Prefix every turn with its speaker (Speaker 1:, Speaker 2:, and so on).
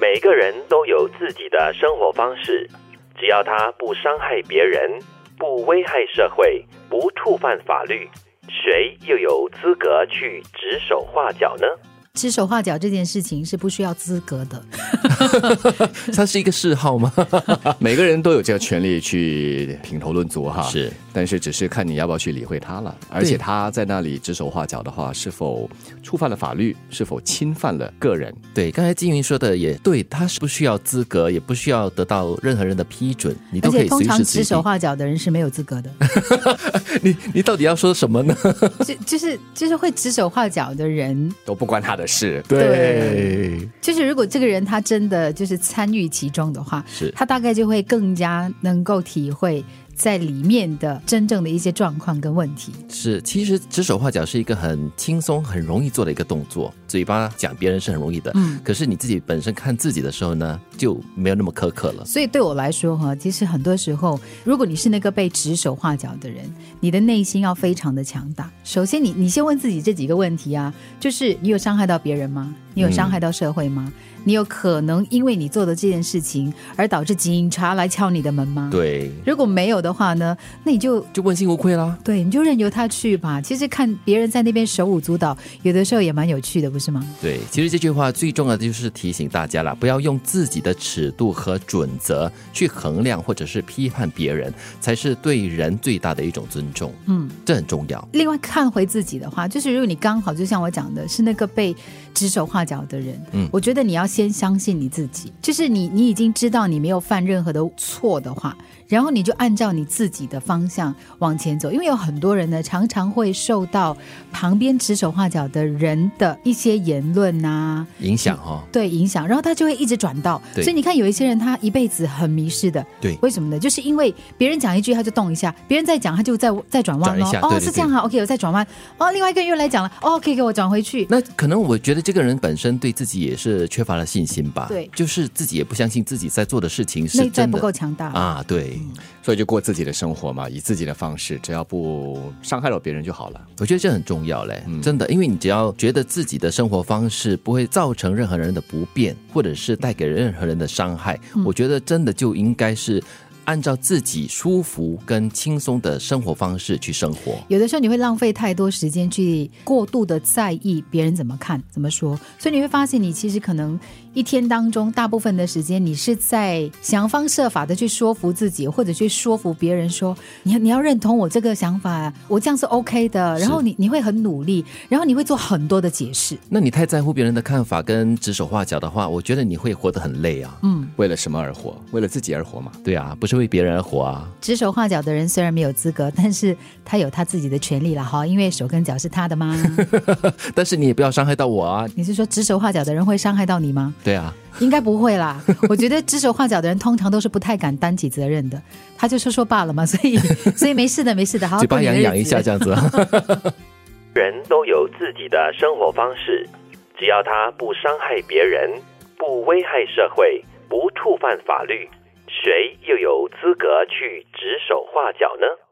Speaker 1: 每个人都有自己的生活方式，只要他不伤害别人，不危害社会，不触犯法律，谁又有资格去指手画脚呢？
Speaker 2: 指手画脚这件事情是不需要资格的，
Speaker 3: 它是一个嗜好吗？
Speaker 4: 每个人都有这个权利去评头论足哈，
Speaker 3: 是，
Speaker 4: 但是只是看你要不要去理会他了。而且他在那里指手画脚的话，是否触犯了法律，是否侵犯了个人？
Speaker 3: 对，刚才金云说的也对，他是不需要资格，也不需要得到任何人的批准，你
Speaker 2: 而
Speaker 3: 都可
Speaker 2: 且
Speaker 3: 以
Speaker 2: 通
Speaker 3: 随
Speaker 2: 常
Speaker 3: 时
Speaker 2: 指
Speaker 3: 随
Speaker 2: 手
Speaker 3: 地。
Speaker 2: 画脚的人是没有资格 的，
Speaker 3: 你你到底要说什么呢？
Speaker 2: 就就是就是会指手画脚的人，
Speaker 4: 都不关他的事。
Speaker 2: 对，就是如果这个人他真的就是参与其中的话，
Speaker 3: 是
Speaker 2: 他大概就会更加能够体会在里面的真正的一些状况跟问题。
Speaker 3: 是，其实指手画脚是一个很轻松、很容易做的一个动作，嘴巴讲别人是很容易的，
Speaker 2: 嗯
Speaker 3: 可是你自己本身看自己的时候呢，就没有那么苛刻了。
Speaker 2: 所以对我来说哈，其实很多时候，如果你是那个被指手画脚的人，你的内心要非常的强大。首先你，你先问自己这几个问题啊，就是你有伤害到别人吗？你有伤害到社会吗？你有可能因为你做的这件事情而导致警察来敲你的门吗？。
Speaker 3: 对，
Speaker 2: 如果没有的话呢，那你就
Speaker 3: 就问心无愧啦。
Speaker 2: 对，你就任由他去吧。其实看别人在那边手舞足蹈，有的时候也蛮有趣的，不是吗？
Speaker 3: 对，其实这句话最重要的就是提醒大家啦，不要用自己的尺度和准则去衡量或者是批判别人，才是对人最大的一种尊重。
Speaker 2: 嗯，
Speaker 3: 这很重要。
Speaker 2: 另外看回自己的话，就是如果你刚好就像我讲的，是那个被指手画脚的人，
Speaker 3: 嗯
Speaker 2: 我觉得你要先相信你自己，就是你你已经知道你没有犯任何的错的话，然后你就按照你自己的方向往前走。因为有很多人呢，常常会受到旁边指手画脚的人的一些言论啊，
Speaker 3: 影响哈、
Speaker 2: 对影响，然后他就会一直转到。
Speaker 3: 对
Speaker 2: 所以你看，有一些人他一辈子很迷失的，
Speaker 3: 对
Speaker 2: 为什么呢？就是因为别人讲一句他就动一下，别人再讲他就再再转弯
Speaker 3: 转
Speaker 2: 咯。
Speaker 3: 一下
Speaker 2: 哦，
Speaker 3: 对对
Speaker 2: 是这样啊，OK，我再转弯。哦，另外一个人又来讲了，哦，可以给我转回去。
Speaker 3: 那可能我觉得这个人本身对自己也是缺乏了信心吧，
Speaker 2: 对
Speaker 3: 就是自己也不相信自己在做的事情是
Speaker 2: 内在
Speaker 3: 真
Speaker 2: 不
Speaker 3: 的
Speaker 2: 够强大，
Speaker 3: 啊，对，
Speaker 4: 所以就过自己的生活嘛，以自己的方式，只要不伤害到别人就好了。
Speaker 3: 我觉得这很重要嘞，真的，因为你只要觉得自己的生活方式不会造成任何人的不便，或者是带给任何人的伤害，
Speaker 2: 嗯
Speaker 3: 我觉得真的就应该是按照自己舒服跟轻松的生活方式去生活。
Speaker 2: 有的时候你会浪费太多时间去过度的在意别人怎么看、怎么说，所以你会发现，你其实可能一天当中大部分的时间，你是在想方设法的去说服自己，或者去说服别人说，你你要认同我这个想法，我这样是 OK 的。然后你你会很努力，然后你会做很多的解释。
Speaker 3: 那你太在乎别人的看法跟指手画脚的话，我觉得你会活得很累啊。
Speaker 2: 嗯
Speaker 4: 为了什么而活？为了自己而活嘛。
Speaker 3: 对啊，不是为别人而活啊。
Speaker 2: 指手画脚的人虽然没有资格，但是他有他自己的权利了哈，因为手跟脚是他的嘛。
Speaker 3: 但是你也不要伤害到我啊。
Speaker 2: 你是说指手画脚的人会伤害到你吗？
Speaker 3: 对啊，
Speaker 2: 应该不会啦。 我觉得指手画脚的人通常都是不太敢担起责任的，他就说说罢了嘛，所以所以没事的，没事的，好好
Speaker 3: 嘴巴
Speaker 2: 过你的
Speaker 3: 痒
Speaker 2: 日
Speaker 3: 痒一
Speaker 2: 子
Speaker 3: 下这样子。啊
Speaker 1: 人都有自己的生活方式，只要他不伤害别人，不危害社会，不触犯法律，谁又有资格去指手画脚呢？